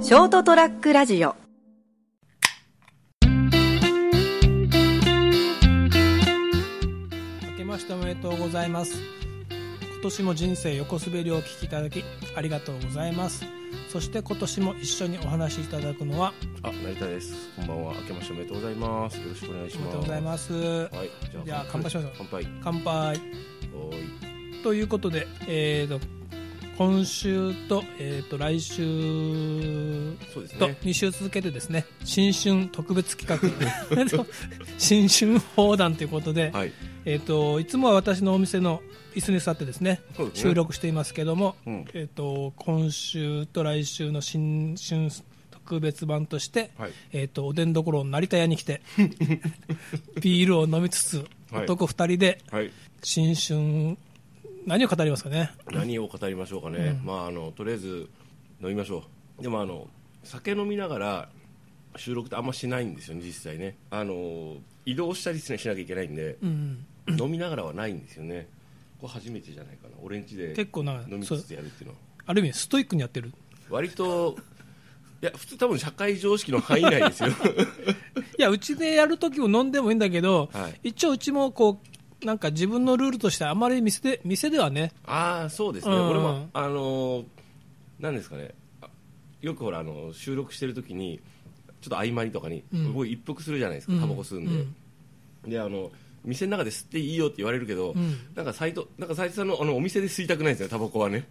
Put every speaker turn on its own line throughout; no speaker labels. ショートトラックラジオ
明けましておめでとうございます今年も人生横滑りをお聞きいただきありがとうございますそして今年も一緒にお話しいただくのは
あ、成田です。こんばんは。明けましておめでとうございます。よろしくお願いし
お
ます。
めでとうございます
はい、
じゃあ乾杯しましょう
乾杯。
乾杯
おーい。
ということで、えー、と今週と,、えー、と来週
そうです
と
ね。
2週続けてですね新春特別企画 新春放談ということで、
はい。
えー、といつもは私のお店の椅子に座ってですね
そうですね
収録していますけども、
うん
えー、と今週と来週の新春特別版として、
はい
えー、とおでんどころの成田屋に来 てビールを飲みつつ
はい
男2人で
はい。
新春何を語りますかね
何を語りましょうかね。まあ、あの、とりあえず飲みましょう。でも、あの、酒飲みながら収録ってあんましないんですよね、実際ね。あの、移動したりしなきゃいけないんで、
うん
飲みながらはないんですよね。これ初めてじゃないかな。俺ん家で
結構な
飲みつつやるっていうのは。
ある意味ストイックにやってる
割と、いや、普通多分社会常識の範囲内です よ。
いやうちでやるときも飲んでもいいんだけど、
はい
一応うちもこうなんか自分のルールとしてあまり店で店ではね
ああそうですね、
うん
俺もあのーなんですかねあよくほらあの収録してる時にちょっと合間にとかに、
うん
僕一服するじゃないですか、
うん
タバコ吸うんで、であの店の中で吸っていいよって言われるけど、
ん
なんか斎藤なんか斉藤さんのあのお店で吸いたくないんですよタバコは ね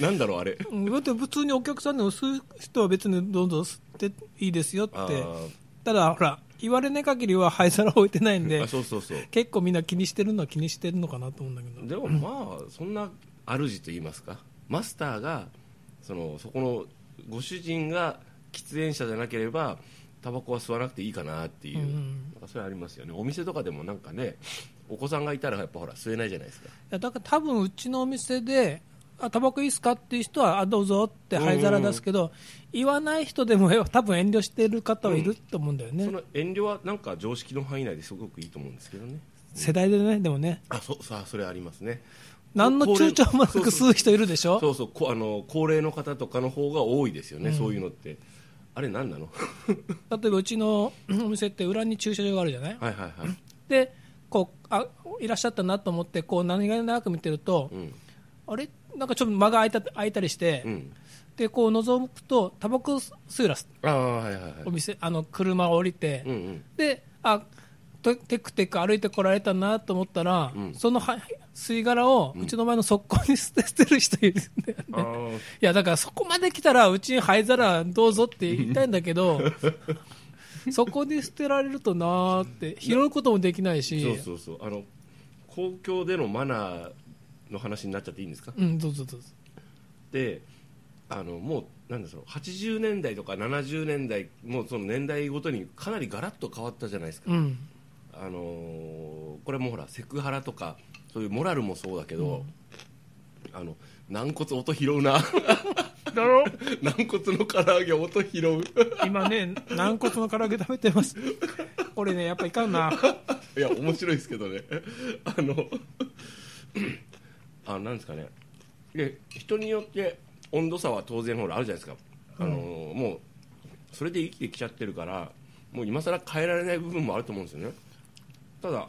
なんだろうあれ
うんだって普通にお客さんでも吸う人は別にどんどん吸っていいですよって
あー
ただほら言われない限りは灰皿置いてないんで
あそうそうそう
結構みんな気にしてるのは気にしてるのかなと思うんだけど
でもまあそんな主と言いますかマスターがそのそこのご主人が喫煙者じゃなければタバコは吸わなくていいかなってい
う
う、
んうん
なんかそれありますよねお店とかでもなんかねお子さんがいたらやっぱほら吸えないじゃないですか
いやだから多分うちのお店であタバコいいですかっていう人はあどうぞって灰皿出すけど、言わない人でもえ多分遠慮してる方はいると思うんだよね、
その遠慮はなんか常識の範囲内ですごくいいと思うんですけどね
世代でねでもね
あそうさあそれありますね
何の
こ
躊躇もなく
高齢
吸う人いるでしょ
そうそうこあの高齢の方とかの方が多いですよね、そういうのってあれ何なの
例えばうちのうんお店って裏に駐車場があるじゃない
はいはいはい、
でこうあいらっしゃったなと思ってこう何気なく見てると、
うん
あれなんかちょっと間が空いた空いたりして、
うん、
でこう覗くとタバコ吸うらす
ああはいはいはい
お店あの車を降りて、
うんうん
であとテクテク歩いてこられたなと思ったら、
うん
そのは吸い殻をうちの前の側溝に捨て捨てる人いるんだ よね、
あー
いやだからそこまで来たらうちに灰皿どうぞって言いたいんだけ どそこに捨てられるとなーって拾うこともできないし
そうそうそうあの公共でのマナーの話になっちゃっていいんですか、
うんどうぞどうぞ
であのもうなんだろう80年代とか70年代もうその年代ごとにかなりガラッと変わったじゃないですか、
うん
あのーこれもほらセクハラとかそういうモラルもそうだけど、あの軟骨音拾うな
だろ
軟骨の唐揚げ音拾
今ね軟骨の唐揚げ食べてますこれねやっぱいかんな
ういや面白いですけどね あのあなんですかねで人によって温度差は当然ほらあるじゃないですか、あのーもうそれで生きてきちゃってるからもう今更変えられない部分もあると思うんですよねただ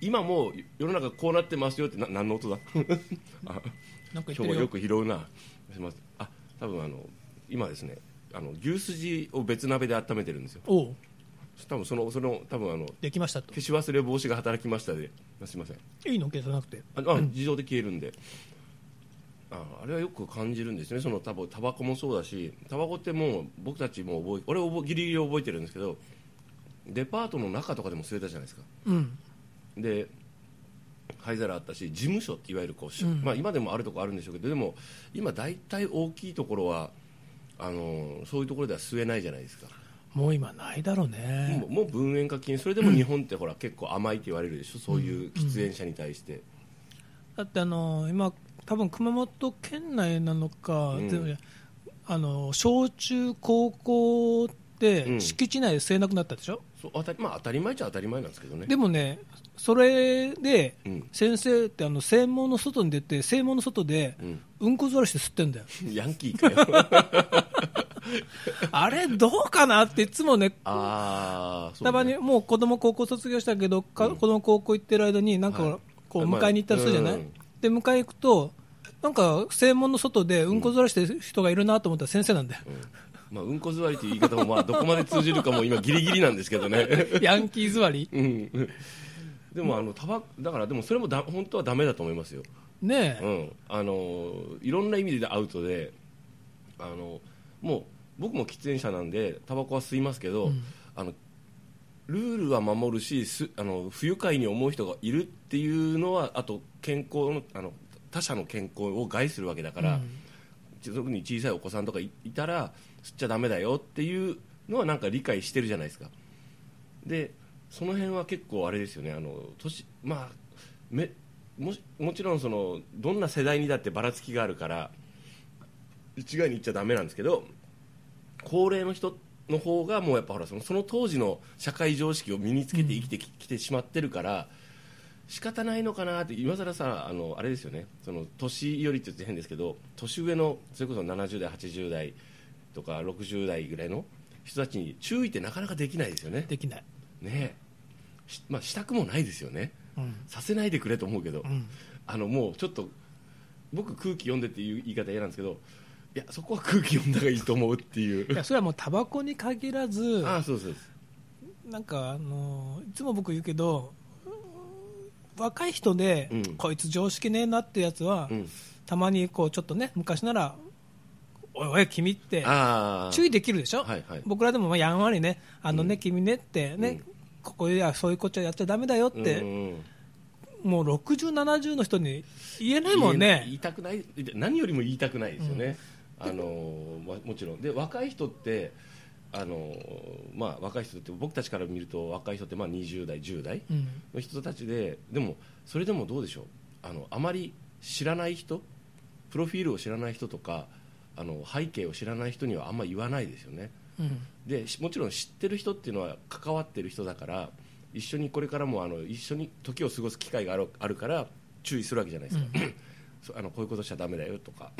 今もう世の中こうなってますよってな何の音だ あ
なんか言ってる
今日
よ
はよく拾うなすいませんあ多分あの今ですねあの牛すじを別鍋で温めてるんですよ
おう
多分そのその多分あの
できましたと
消し忘れ防止が働きましたで、すいません
いいの消さなくて
ああ自動で消えるんで、ああれはよく感じるんですねそのタバタバコもそうだしタバコってもう僕たちも覚え俺覚えギリギリ覚えてるんですけどデパートの中とかでも吸えたじゃないですか
うん
で灰皿あったし事務所っていわゆるこう、しまあ、今でもあるとこあるんでしょうけどでも今大体大きいところはあのそういうところでは吸えないじゃないですか、
もう今ないだろうね
もうもう分煙課金それでも日本ってほら、結構甘いって言われるでしょそういう喫煙者に対して。
だってあの今多分熊本県内なのか、
うん
全部じゃあの小中高校って、
うん
敷地内で吸えなくなったでしょ
そう当たりまあ、当たり前っちゃ当たり前なんですけどね
でもねそれで、
うん
先生ってあの正門の外に出て正門の外で、
うん
うんこ座らして吸ってんだよ
ヤンキーかよ
あれ、どうかなっていつもね、
ああ、そうね
たまにもう子供高校卒業したけど、か
うん
子供高校行ってる間に、なんか、
はい
こう
あまあ
迎えに行ったりするじゃない、
うん
で迎え行くと、なんか正門の外でうんこずらしてる人がいるなと思ったら先生なんだよ、
まあ、うんこ座りという言い方もまあどこまで通じるかも今ギリギリなんですけどね
ヤンキー座り、
うんでもあのタバだからでもそれもだ本当はダメだと思いますよ、
ね
う
え、
ん、あのいろんな意味でアウトであのもう僕も喫煙者なんでタバコは吸いますけど、
うん
あのルールは守るしすあの不愉快に思う人がいるっていうのはあと健康のあの他者の健康を害するわけだから、
うん
特に小さいお子さんとかいいたら吸っちゃダメだよっていうのはなんか理解してるじゃないですかでその辺は結構あれですよねあの年まあめもしもちろんそのどんな世代にだってばらつきがあるから一概に言っちゃダメなんですけど高齢の人の方がもうやっぱほらそのその当時の社会常識を身につけて生きてき,、てしまってるから仕方ないのかなって今更さあのあれですよねその年よりって言って変ですけど年上のそれこそ70代80代とか60代ぐらいの人たちに注意ってなかなかできないですよね
できない、
ねえしまあ、したくもないですよね
うん
させないでくれと思うけど、
うん
あのもうちょっと僕空気読んでっていう言い方嫌なんですけどいやそこは空気読んだがいいと思うってい
いうやそれはもうタバコに限らず、
ああそうそうです
なんか、あのいつも僕言うけど、若い人で、
うん
こいつ常識ねえなってやつは、
うん
たまにこうちょっとね、昔なら、おいおい、君って、
ああ
注
意
意できるでしょ、
はいはい
僕らでもまあやんわりね、あのね、
うん
君ねってね、
う
ここではそういうことやっちゃだめだよって、もう60、70の人に言えないもん
言
ね、
いたくない何よりも言いたくないですよね、あのーまもちろんで若い人ってあのーまあ若い人って僕たちから見ると若い人ってまあ20代10代
うん
の人たちででもそれでもどうでしょうあのあまり知らない人プロフィールを知らない人とかあの背景を知らない人にはあんま言わないですよね
うん
でしもちろん知ってる人っていうのは関わってる人だから一緒にこれからもあの一緒に時を過ごす機会があるあるから注意するわけじゃないですか、 そあのこういうことしちゃダメだよとか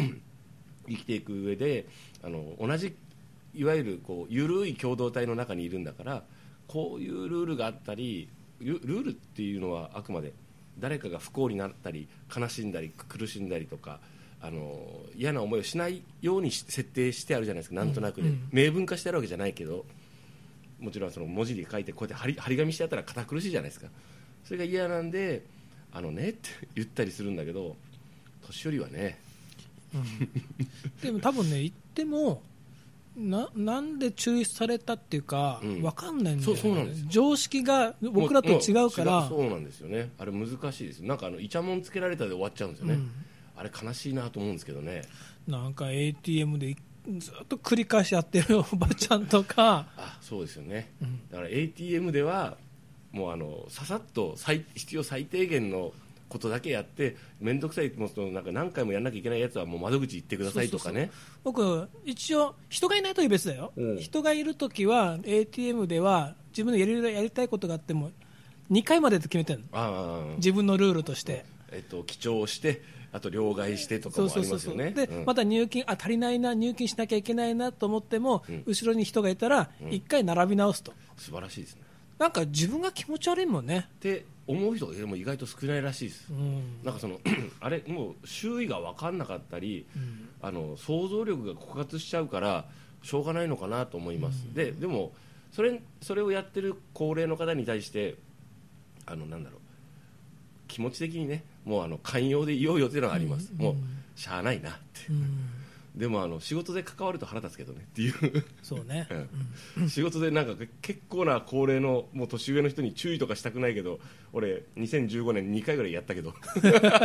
生きていく上であの同じいわゆるこう緩い共同体の中にいるんだからこういうルールがあったりゆルールっていうのはあくまで誰かが不幸になったり悲しんだり苦しんだりとかあの嫌な思いをしないようにし設定してあるじゃないですかなんとなくで、
うんうん
明文化してあるわけじゃないけどもちろんその文字に書いてこうやって張り張り紙してあったら堅苦しいじゃないですかそれが嫌なんであのねって言ったりするんだけど年寄りはね
でも多分ね、言ってもな、なんで注意されたっていうか、
うん
わかんないんだよ、ね
そうそうなんですよ
常識が僕らと違うから、
もも違うそうなんですよねあれ難しいですなんかあのイチャモンつけられたで終わっちゃうんですよね、
うん
あれ悲しいなと思うんですけどね
なんか ATM でずっと繰り返しやってるおばちゃんとか。
あそうですよね、
うん
だから ATM ではもうあのささっと最必要最低限のことだけやって面倒くさいもうそのなんか何回もやらなきゃいけないやつはもう窓口行ってくださいとかね
僕、一応、人がいないとき別だよ、
うん
人がいるときは、ATM では、自分のやりやりたいことがあっても、2回までって決めてるの、
ああ
自分のルールとして、
えっと、記帳してあと両替してとかもありますよね
で、
うん
また入金、あ足りないな、入金しなきゃいけないなと思っても、
うん
後ろに人がいたら、1回並び直すと、
素晴らしいですね
なんか自分が気持ち悪いもんね、
って思う人がでも意外と少ないらしいです、
うん
なんかその あれもう周囲が分かんなかったり
うん
あの想像力が枯渇しちゃうからしょうがないのかなと思います、ででもそれそれをやってる高齢の方に対してあのなんだろう気持ち的にねもうあの寛容でいようよっていうのはあります、
うん
もうしゃあないなって
うん
でもあの仕事で関わると腹立つけどねっ ていう
そう ね、
仕事でなんか結構な高齢のもう年上の人に注意とかしたくないけど俺2015年2回ぐらいやったけど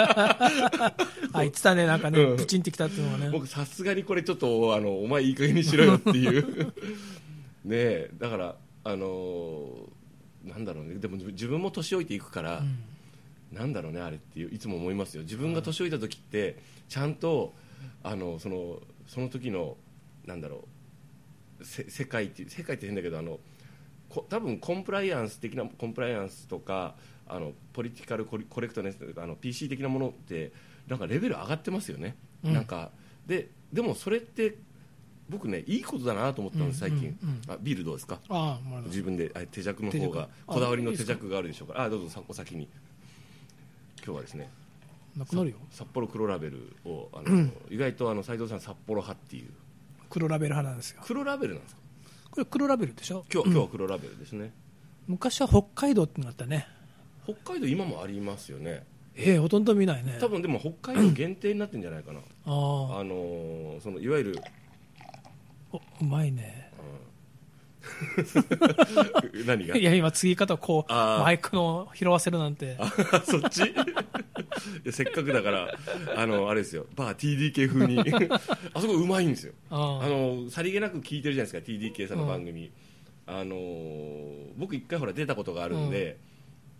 あ言ってたね、なんかね、
うん
プチンってきたっていうのがね。
僕さすがにこれちょっとあのお前いい加減にしろよっていう ねえだからあのーなんだろうねでも自分も年老いていくから、
うん
なんだろうねあれっていういつも思いますよ自分が年老いた時ってちゃんとあのそのその時のなんだろうせ世界って世界って変だけどあのこ多分コンプライアンス的なコンプライアンスとかあのポリティカルコリコレクトネスとかあの PC 的なものってなんかレベル上がってますよね、
うん
なんかででもそれって僕ねいいことだなと思ったんです最近、
うんうん
あビールどうですか
ああ、もらいます
自分であ手酌の方が
手酌
こだわりの
あいい
手
ですか
酌があるでしょうからあどうぞさお先に今日はですね
なくなるよ。
札幌黒ラベルをあの、意外とあの斉藤さん札幌派っていう
黒ラベル派なんですよ。
黒ラベルなんですか
これ黒ラベルでしょ
今日,、今日は黒ラベルですね
昔は北海道ってなったね。
北海道今もありますよね
ええほとんど見ないね。
多分でも北海道限定になってんじゃないかな、
ああ
あのーそのいわゆ る
おうまいね。
う何が
いや、今、継ぎ方をこう、
ああ
マイクの拾わせるなんて。
あそっち いやせっかくだからあのあれですよバー TDK 風に あそこうまいんですよ
あ
あ
あ
のさりげなく聞いてるじゃないですか TDK さんの番組、あのー僕一回ほら出たことがあるんで,、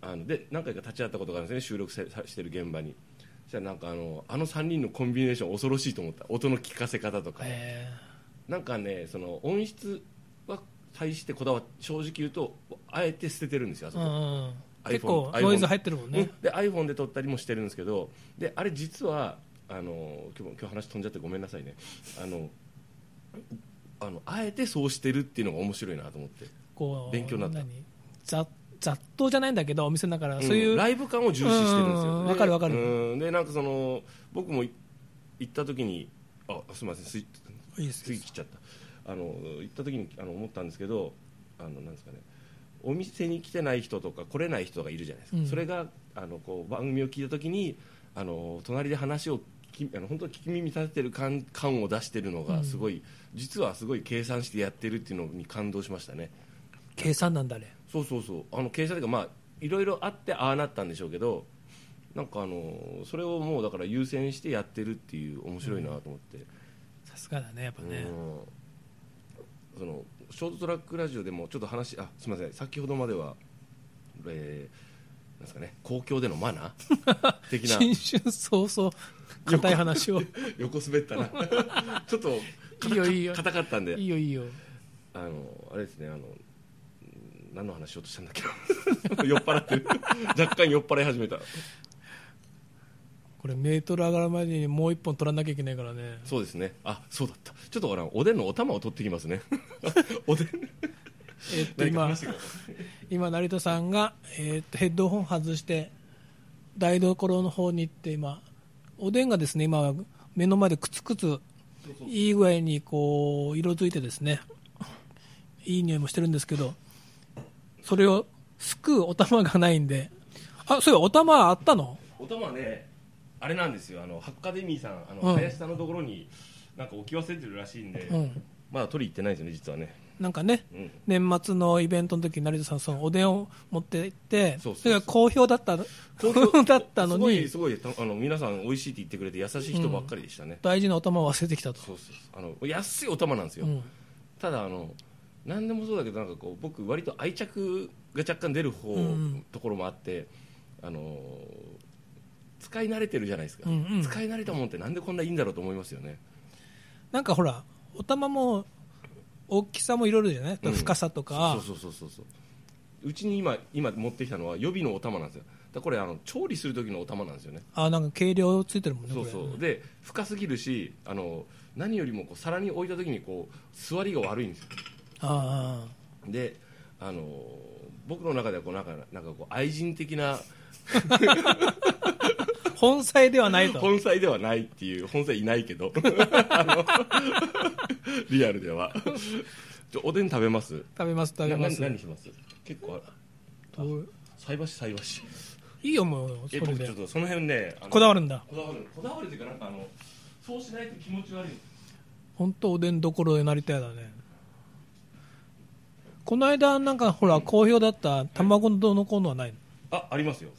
あので何回か立ち会ったことがあるんですね収録せさしてる現場にそしたらなんかあのあの3人のコンビネーション恐ろしいと思った音の聞かせ方とか、
え
なんかねその音質は対してこだわっ正直言うとあえて捨ててるんですよ
え
あそこ、
うんうん。
iPhone
結構、ノイズ入ってるもん
うん
ね。
で iPhone で撮ったりもしてるんですけどであれ実はあの今日今日話飛んじゃってごめんなさいねあのあのあえてそうしてるっていうのが面白いなと思って
こう、
勉強になった
何ざ雑踏じゃないんだけど、お店だから、そういう
うん、ライブ感を重視してるんです
うんうんう
よ
ん
で
わかるわかる
うんでなんかその僕もい行った時にあすみませんスイ
いいです
次
よ
切っちゃったあの行った時にあの思ったんですけどあのなんですかねお店に来てない人とか来れない人がいるじゃないですか、
うん
それがあのこう番組を聞いた時にあの隣で話を聞きあの本当に聞き耳立ててる感感を出してるの
う
が
ん
すごい、実はすごい計算してやってるっていうのに感動しましたね
計算なんだね。
そうそうそうあの計算というかまあいろいろあってああなったんでしょうけどなんかあのそれをもうだから優先してやってるっていう面白いなと思って、
さすがだね、やっぱね。
うんそのショートトラックラジオでもちょっと話あすみません先ほどまでは、えーなんですかね公共でのマナ ー的な
新春早々、硬い話を。
横滑っ たなちょっと
いいよいいよ
硬かったんで
いいよ、いいよ。
あのあれですねあのうん何の話しようとしたんだっけ な酔っ払 ってる若干酔っ払い始めた
これ、メートル上がる前にもう一本取らなきゃいけないからね。
そうですねあそうだったちょっとあのおでんのお玉を取ってきます ねおでん
えっと、
何か
今
話し、てください
今成田さんが、えーっとヘッドホン外して台所の方に行って今おでんがですね今は目の前でくつくついい具合にこう色づいてですねいい匂いもしてるんですけどそれをすくうお玉がないんであそういえばお玉あったの
お玉ねあれなんですよあのハッカデミーさんあ
う
の、
ん
林さんのところになんか置き忘れてるらしいんで、
うん
まだ取り行ってないですよね実はね、
なんかね
うん、
年末のイベントの時に成田さんそのおでんを持って行って
そうそうそう
れが好評だった好評 だったの
すごい
に
すごいたあの皆さん美味しいって言ってくれて優しい人ばっかりでしたね、
大事なお玉を忘れてきたと。
そうそうそうあの安いお玉なんですよ、
うん
ただあの何でもそうだけどなんかこう僕割と愛着が若干出る方、
うん
ところもあってあの使い慣れてるじゃないですか、
うんうん
使い慣れたもんってなんでこんないいんだろうと思いますよね
なんかほら、お玉も大きさもいろいろじゃない、
うん
深さとか、
そうそうそうそうそううちに今今持ってきたのは予備のお玉なんですよだからこれあの調理する時のお玉なんですよね
あなんか計量ついてるもんね、
そう
こ
そう
れ
で深すぎるしあの何よりもこう皿に置いた時にこう座りが悪いんですよ
あ
であの僕の中ではこうなんかなんかこう愛人的な
あ本妻ではないと、
本妻ではないっていう本妻いないけど あのリアルではちょおでん食べます
食べます、食べま
な
す、
何します結構あ
どう
菜箸菜箸
いいよ、もう、それ
え僕ちょっ
で、
とその辺ねあの
こだわるんだ、
こだわるこだわるというかなんかあのそうしないと気持ち悪い
本当、おでんどころでなりたいだね。この間、なんかほら、好評だった卵のどうのこうのはないの
あありますよ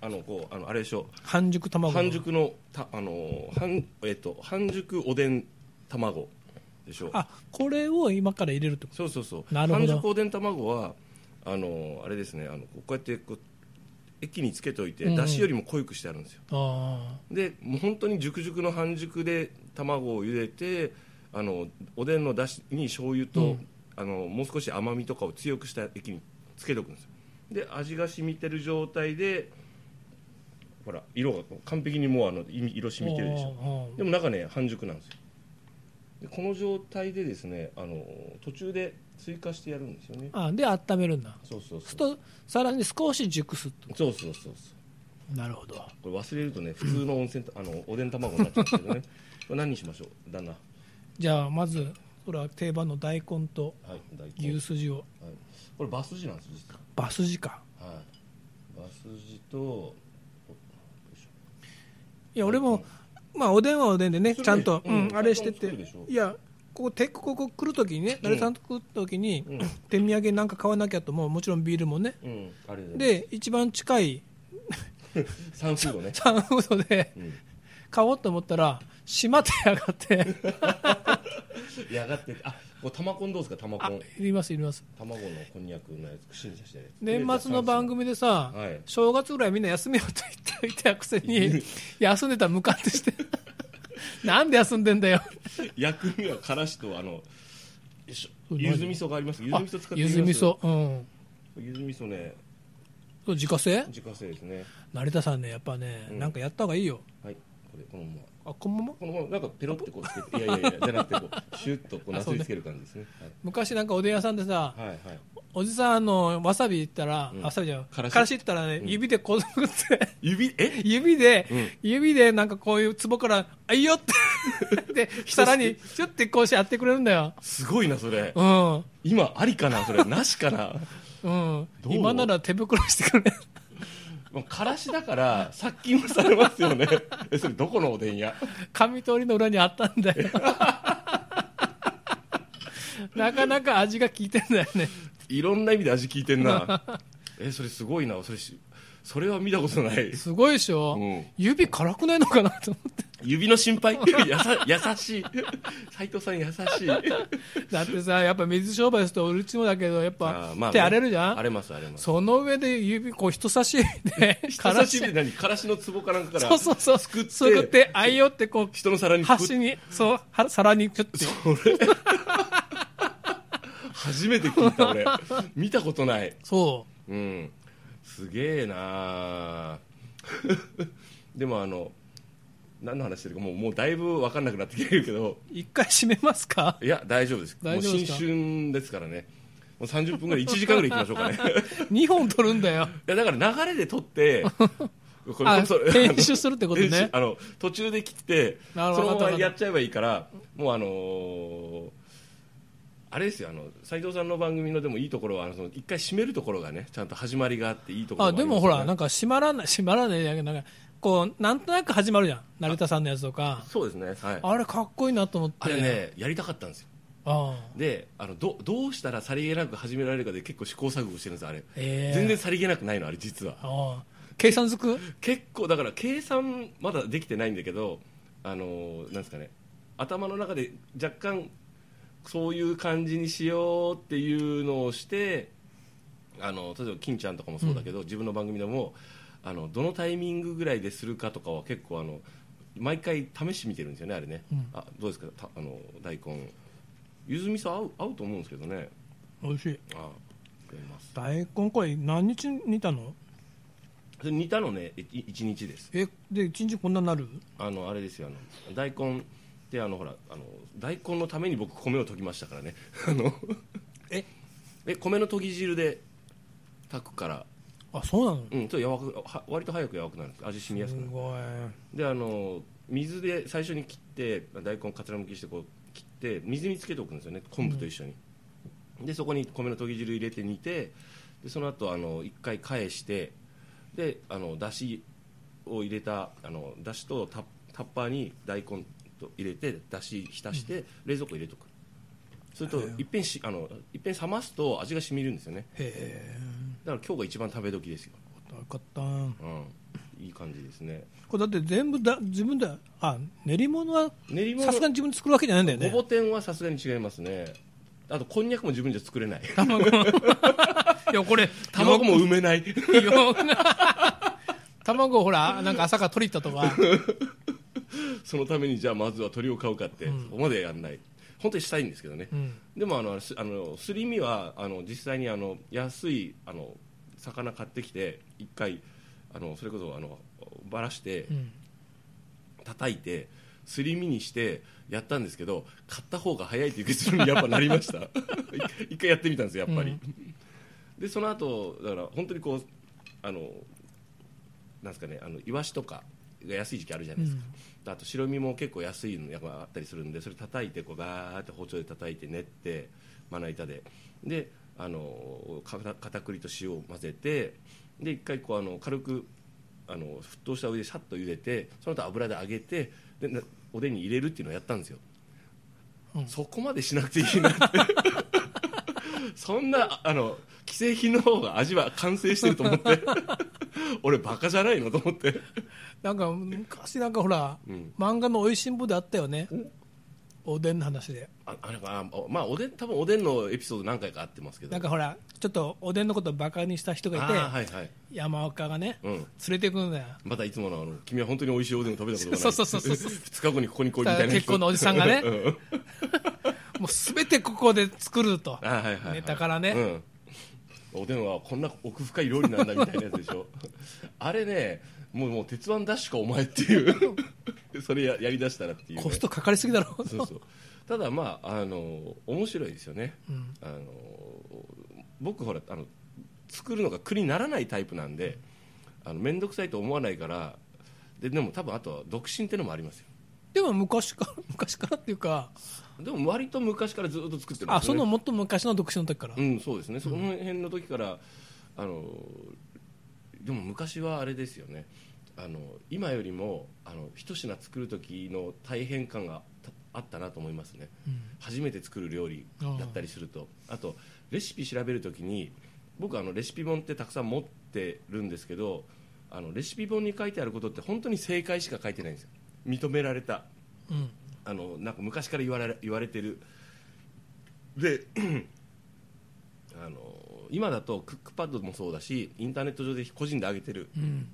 あのこうあのあれでしょ
半熟卵の
半熟のたあの半えっと半熟おでん卵でしょ
あこれを今から入れるってこと
そうそうそう
なるほど
半熟おでん卵はあのあれですねあのこうこうやってこう液につけておいて、
うんうん
だしよりも濃くしてあるんですよ
あ
でもう本当に熟熟の半熟で卵を茹でてあのおでんのだしに醤油と、
うん
あのもう少し甘みとかを強くした液につけておくんですよで味が染みてる状態でほら色が完璧にもうあのい色
ー
染みてるでしょ
あーあー
でも中ね半熟なんですよでこの状態でですねあの途中で追加してやるんですよね
あで温めるんだ
そうそう
する
そう
とさらに少し熟すと
そうそうそうそう
なるほど
これ忘れるとね普通の温泉たあのおでん卵になっちゃうんです けどねこれ何にしましょう旦那は
じゃあまずこれは定番の大根と
い大根
牛すじを
はい、これバスジなんです実
バスジか
は、はい、バスジとおよいし
いや俺も、まあ、おでんはおでんでね
それ
ちゃんと、
う
うんん、あれして
ちゃ
て
んと作るでしょ
いやここてここ来るときにね
うん
誰さんと来るときに、
うん
手土産なんか買わなきゃともうもちろんビールもね
ょうんあれだね
で一番近い
サンフードね、
サンフードで
うん、
買おうと思ったら閉まってやがって
やがってあこれ玉コンどうですか玉コ
あ
ン
いりますいります
卵のこんにゃくのやつ串に刺してね
年末の番組でさ、
はい
正月ぐらいみんな休みようと言っていたくせ に休んでたら ムカってしてなんで休んでんだよ
薬味はからしとあのよいしょ
うまい
柚子味噌があります柚子味噌使って
ゆずみそうん
柚子味噌ね
そう自家製
自家製ですね
成田さんねやっぱね、
うん
なんかやった方がいいよ
はいこれこのまま
あこのまま
このままなんかペロってこうつけていやいやいやじゃなくてこうシュッとこうなすりつける感じですね
昔なんかおでん屋さんでさ、
はいはいはい
おじさんあのわさび言ったら、
うん
わさびじゃん
からし
からし言ったらね、
うん
指でこうくって
指え
指で、
うん
指でなんかこういう壺から「あいいよ」って で皿にちょってこうしてやってくれるんだよ
すごいなそれ
うん
今ありかなそれなしかな
うん
どう
今なら手袋してくれ
もうからしだから殺菌もされますよねえそれどこのおでん屋
紙通りの裏にあったんだ よなかなか味が効いてんだよね
いろんな意味で味聞いてんなえそれすごいなそれしそれは見たことない
すごいでしょ、
うん
指辛くないのかなと思って
指の心配やさ優しい斉藤さん優しい
だってさやっぱ水商売するとうちもだけどやっぱ、
ーまあね
手荒れるじゃん
荒れます荒れます
その上で指こう人差し指 で
からしで何からしの壺かなんかから
そうそうそう
すくって
すくってあいよってこう
人の皿にくっ
端にそうは皿にちょっと
それ初めて聞いた俺見たことない
そ
うんすげえな でもあの何の話してるかもうもうだいぶ分かんなくなってきてるけど
う一回閉めますか
いや大丈夫です
大丈夫です
も
か
う新春ですからねもう30分ぐらい1時間ぐらいいきましょうかね
2本取るんだよ
いやだから流れで撮って こ
あ
そ
編集するってことね
あの編集あの途中で切ってそ
なるほど
の
わかったわか
まま
った
やっちゃえばいいからもうあのーあれですよあの斉藤さんの番組のでもいいところはあのその一回締めるところがねちゃんと始まりがあっていいところ
あでもほらなん
か
か閉まらない閉まらないじゃなくてなんかこうなんとなく始まるじゃん成田さんのやつとか
そうですねはいあ
あれかっこいいなと思って
れねやりたかったんですよ
ああ
であのどどうしたらさりげなく始められるかで結構試行錯誤してるんですあれ、
ええ
全然さりげなくないのあれ実は
ああ計算づく
結構だから計算まだできてないんだけどあのなんですかね頭の中で若干そういう感じにしようっていうのをしてあの例えば金ちゃんとかもそうだけど、自分の番組でもあのどのタイミングぐらいでするかとかは結構あの毎回試してみてるんですよねあれね、
うん
あどうですかたあの大根ゆずみそ合う合うと思うんですけどね
美味しい
あ合います
大根これ何日煮たの
それ煮たのね1日です
えで一日こんなになる
あのあれですよあの大根ってあのほらあの大根のために僕米を研ぎましたからね あの
え
え米の研ぎ汁で炊くから
あそうなの
うんちょっと柔らかは割と早く柔らかくなるんです味染みやす
す
くなる
ごい
であの水で最初に切って大根かつらむきしてこう切って水につけておくんですよね昆布と一緒に、でそこに米のとぎ汁入れて煮てでその後あの一回返してであのだしを入れたあのだしとタッタッパーに大根と入れてだし浸して冷蔵庫入れとく、それといっぺんしあのいっぺん冷ますと味が染みるんですよね
へえ
だから今日が一番食べ時ですよ、
よかったこ
うん、いい感じですね
れだって全部だ自分であ練り物は
練り物
さすがに自分で作るわけじゃないんだよ
ご
ね
ぼ天はさすがに違いますねあとこんにゃくも自分じゃ 作れない
卵いやこれ
卵も産めない
よ 卵をほらなんか朝から取り行ったとか
そのためにじゃあまずは鳥を飼うかって、そこまでやんない本当にしたいんですけどね、
うん
でもあのすあのすり身はあの実際にあの安いあの魚買ってきて一回あのそれこそあのばらして
うん
叩いてすり身にしてやったんですけど買った方が早いという結論にやっぱなりま した一一回やってみたんですよやっぱり、でその後だから本当にこうあのなんですかねあのイワシとかが安い時期あるじゃないですか、であと白身も結構安いのやっぱあったりするんでそれ叩いてこうガーって包丁で叩いて練ってまな板でであのかた片栗と塩を混ぜてで一回こうあの軽くあの沸騰した上でシャッと茹でてその後油で揚げてでなおでんに入れるっていうのをやったんですよ、
うん
そこまでしなくていいなって そんなあの既製品の方が味は完成してると思って俺バカじゃないのと思って、
なんか昔なんかほら、
うん
漫画の「おいしんぼ」であったよねおでんの話で
ああれかあまあおでん多分おでんのエピソード何回かあってますけど
なんかほらちょっとおでんのことをバカにした人がいて、
あーはいはい、
山岡がね、
う
連
ん、
れてくんだよ
またいつものあの君は本当に美味しいおでんを食べたことがない
そうそうそうそうそう
2日後にここに来いみたいな人
結婚のおじさんがね
うん
もうすべてここで作ると
あはいはいはい
ネタからね、
うん、おでんはこんな奥深い料理なんだみたいなやつでしょあれねもうもう鉄腕ダッシュかお前っていうそれややりだしたらっていうね、
コストかかりすぎだろ
そうそうただまああの面白いですよね、
うん
あの僕ほらあの作るのが苦にならないタイプなんであの面倒くさいと思わないからででも多分あとは独身ってのもありますよ
でも昔から昔からっていうか
でも割と昔からずっと作ってるんですよね
あそのもっと昔の独身の時から、
うん、そうですね、その辺の時から、あのでも昔はあれですよね、あの今よりもあの一品作る時の大変感がたあったなと思いますね、
うん
初めて作る料理だったりすると、あとレシピ調べる時に、僕、あのレシピ本ってたくさん持ってるんですけど、あのレシピ本に書いてあることって、本当に正解しか書いてないんですよ、認められた。
うん
あのなんか昔から言われ言われてるであの今だとクックパッドもそうだしインターネット上で個人で上げてる
うん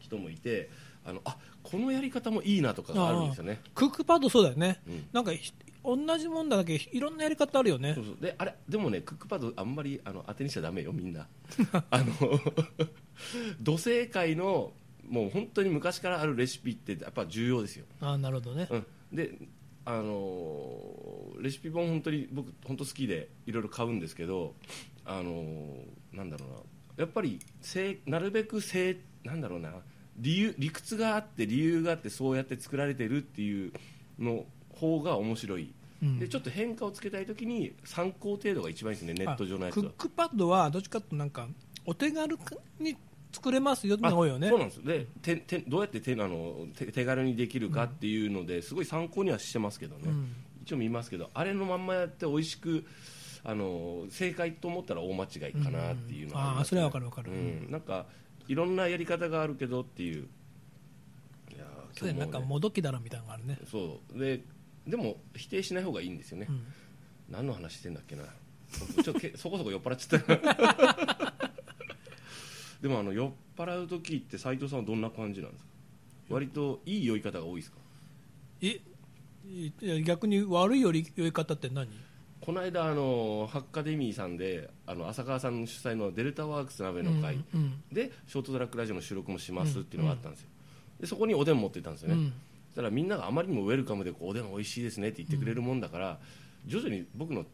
人もいてあのあこのやり方もいいなとかがあるんですよね
クックパッドそうだよね、
うん
なんかひ同じもんだけいろんなやり方あるよね
そうそうであれでもねクックパッドあんまりあの当てにしちゃダメよみんなあの 土星界のもう本当に昔からあるレシピってやっぱ重要ですよ
ああなるほどね、
うん、であのーレシピ本本当に僕本当好きでいろいろ買うんですけどあのーなんだろうなやっぱり正なるべく正なんだろうな理由理屈があって理由があってそうやって作られてるっていうの方が面白い、
うん
でちょっと変化をつけたい時に参考程度が一番いいですねネット上のやつ
ク
は
ックパッドはどっちかっていうとなんかお手軽に作れますよってのが多いよね
そうなんですでててどうやって手あの手手軽にできるかっていうのですごい参考にはしてますけどね、
うん
一応見ますけどあれのまんまやって美味しくあの正解と思ったら大間違いかなってい
うんう
うの
ん
は
あー
ります
それはわかるわかる
うんなんかいろんなやり方があるけどっていういやー
そうだよなんか
ね
もどきだろみたいなのがあるね、
そうででも否定しない方がいいんですよね、
うん
何の話してんだっけなちょっとけそ こそこ酔っ払っちゃったなでもあの酔っ払う時って斉藤さんはどんな感じなんですか割といい酔い方が多いですか
えいや逆に悪いより酔い方って何
この間あのハッカデミーさんであの浅川さん主催のデルタワークス鍋の会
うんうん
でショートトラックラジオの収録もしますっていうのがあったんですよでそこにおでん持ってったんですよね、
うん
だからみんながあまりにもウェルカムでこうおでん美味しいですねって言ってくれるもんだから、徐々に僕の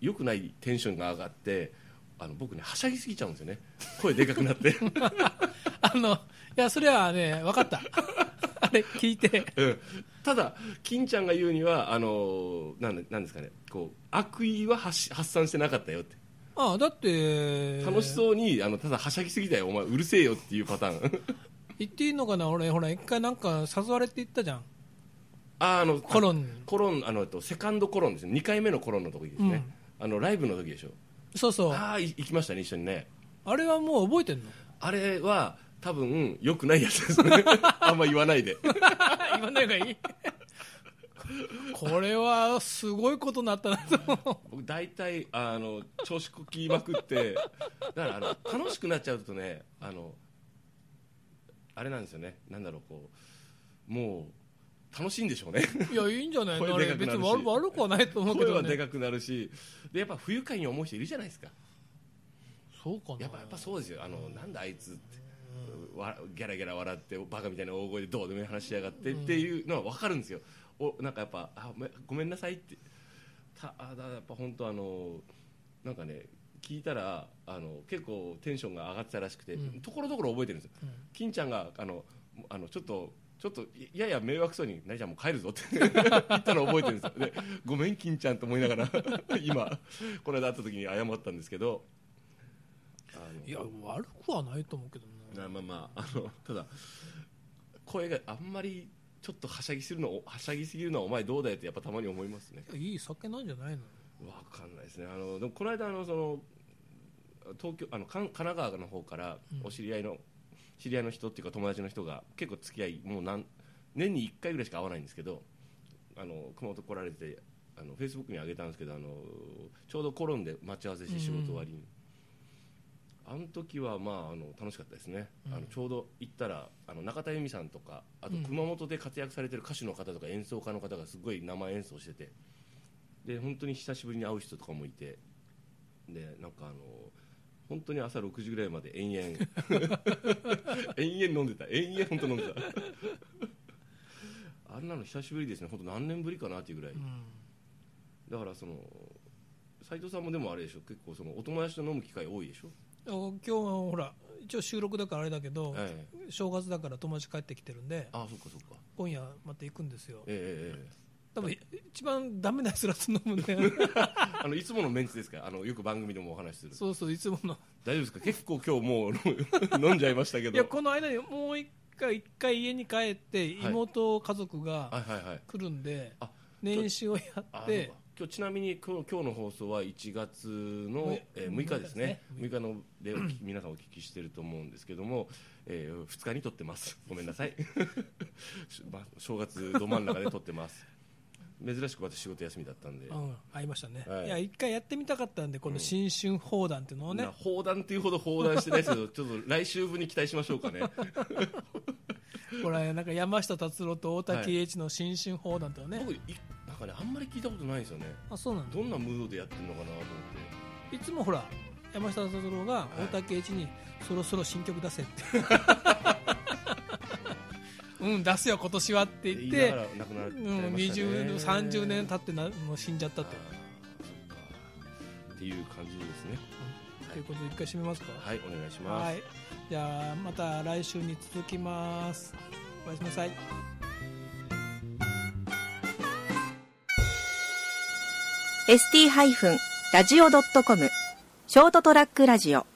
良くないテンションが上がってあの僕ねはしゃぎすぎちゃうんですよね声でかくなって
あのいやそれはね分かった あれ聞いて
うんただ金ちゃんが言うにはあのなんだなんですかねこう悪意は発し発散してなかったよって
ああだって
楽しそうにあのただはしゃぎすぎだよお前うるせえよっていうパターン
言っていいのかな俺ほら一回なんか誘われて行ったじゃん
あーあの
コロン
コロンあのえっとセカンドコロンですね2回目のコロンの時ですね、あのライブの時でしょ
そうそうあ
ああ行きましたね一緒にね
れはもう覚え てんの
あれは多分良くないやつですね あんま言わないで
言わない方がいい これはすごいことになったなと思う
僕大体あの調子こきまくってだからあの楽しくなっちゃうとねあのあれなんですよねなんだろうこうもう楽しいんでしょうね
いやいいんじゃないのあれ
声でかく
別
なるし
に悪悪くはないと思うけ
声
ど
はで
ね
かくなるしでやっぱ不愉快に思う人いるじゃないですか
そうかな
やっぱやっぱそうですよあのなんだあいつってわギャラギャラ笑ってバカみたいな大声でどうでもいい話しやがってっていうのは分かるんですよ、おなんかやっぱあめごめんなさいってたあだやっぱ本当あのなんかね聞いたらあの結構テンションが上がってたらしくて、
うん
ところどころ覚えてるんですよ、金ちゃんがあのあのちょっとちょっといやや迷惑そうに「何ちゃんもう帰るぞ」って 言ったのを覚えてるんですよで「ごめん金ちゃん」と思いながら 今この間会った時に謝ったんですけどあの
いや悪くはないと思うけど
ま
な
あまあまああのただ声があんまりちょっとはしゃぎするのはしゃぎすぎるのはお前どうだよってやっぱたまに思いますね
いやいい酒なんじゃないの
わかんないですねあのでもこの間あのその東京あのかん神奈川の方から
うん
お知り合いの、知り合いの人っていうか友達の人が結構付き合いもうなん年に1回ぐらいしか会わないんですけどあの熊本来られてあのフェイスブックに上げたんですけどあのちょうどコロンで待ち合わせして仕事終わりに、あの時はまああの楽しかったですね、あ
う
の
ん
ちょうど行ったらあの中田由美さんとかあと
うん
熊本で活躍されてる歌手の方とか演奏家の方がすごい生演奏しててで本当に久しぶりに会う人とかもいてでなんかあの本当に朝6時ぐらいまで延 々延々飲んでた延々本当飲んでたあんなの久しぶりですね本当何年ぶりかなっていうぐらい、
うん
だからその斉藤さんもでもあれでしょ結構そのお友達と飲む機会多いでしょ、
あ今日はほら一応収録だからあれだけど、
ええ
正月だから友達帰ってきてるんで
ああそっかそっか
今夜また行くんですよ
ええええええ
多分一番ダメなやつらと飲むんで
あのいつものメンツですからあのよく番組でもお話しする
そうそういつもの
大丈夫ですか結構今日もう 飲んじゃいましたけ
い
ど
やこの間にもう一回一回家に帰って
はい
妹家族
は
が
いはいはい
来るんで、
あ
年始をや
あ
っ
そう
て
か今日ちなみに今日今日の放送は1月の
む、
えー6日ですね
6
6日のでお聞き皆 さんお聞きしてると思うんですけども、え2日に撮ってますごめんなさい、 しま正月ど真ん中で撮ってます珍しく私仕事休みだったんで、
うん、会いましたね、
はい
い、や一回やってみたかったんでこの新春砲弾っていうのをね、
な砲弾っていうほど砲弾してないですけど ちょっと来週分に期待しましょうかね
ほらなんか山下達郎と大滝栄一の新春砲弾ってのはね、
僕いなんかねあんまり聞いたことないんですよね
あそうなんだ
どんなムードでやってるのかなと思って
いつもほら山下達郎が大竹栄一に、そろそろ新曲出せ ってうん出せよ今年はって言っ
言い
て
ながら亡くなっちゃいま
うん、
したね
20 30年経ってなもう死んじゃっ
あ
た
ー
と
そっかっていう感じですね
ということで一回締めますか
はいお願いします、
はいじゃあまた来週に続きますおやすみなさい
ST-radio.com ショートトラックラジオ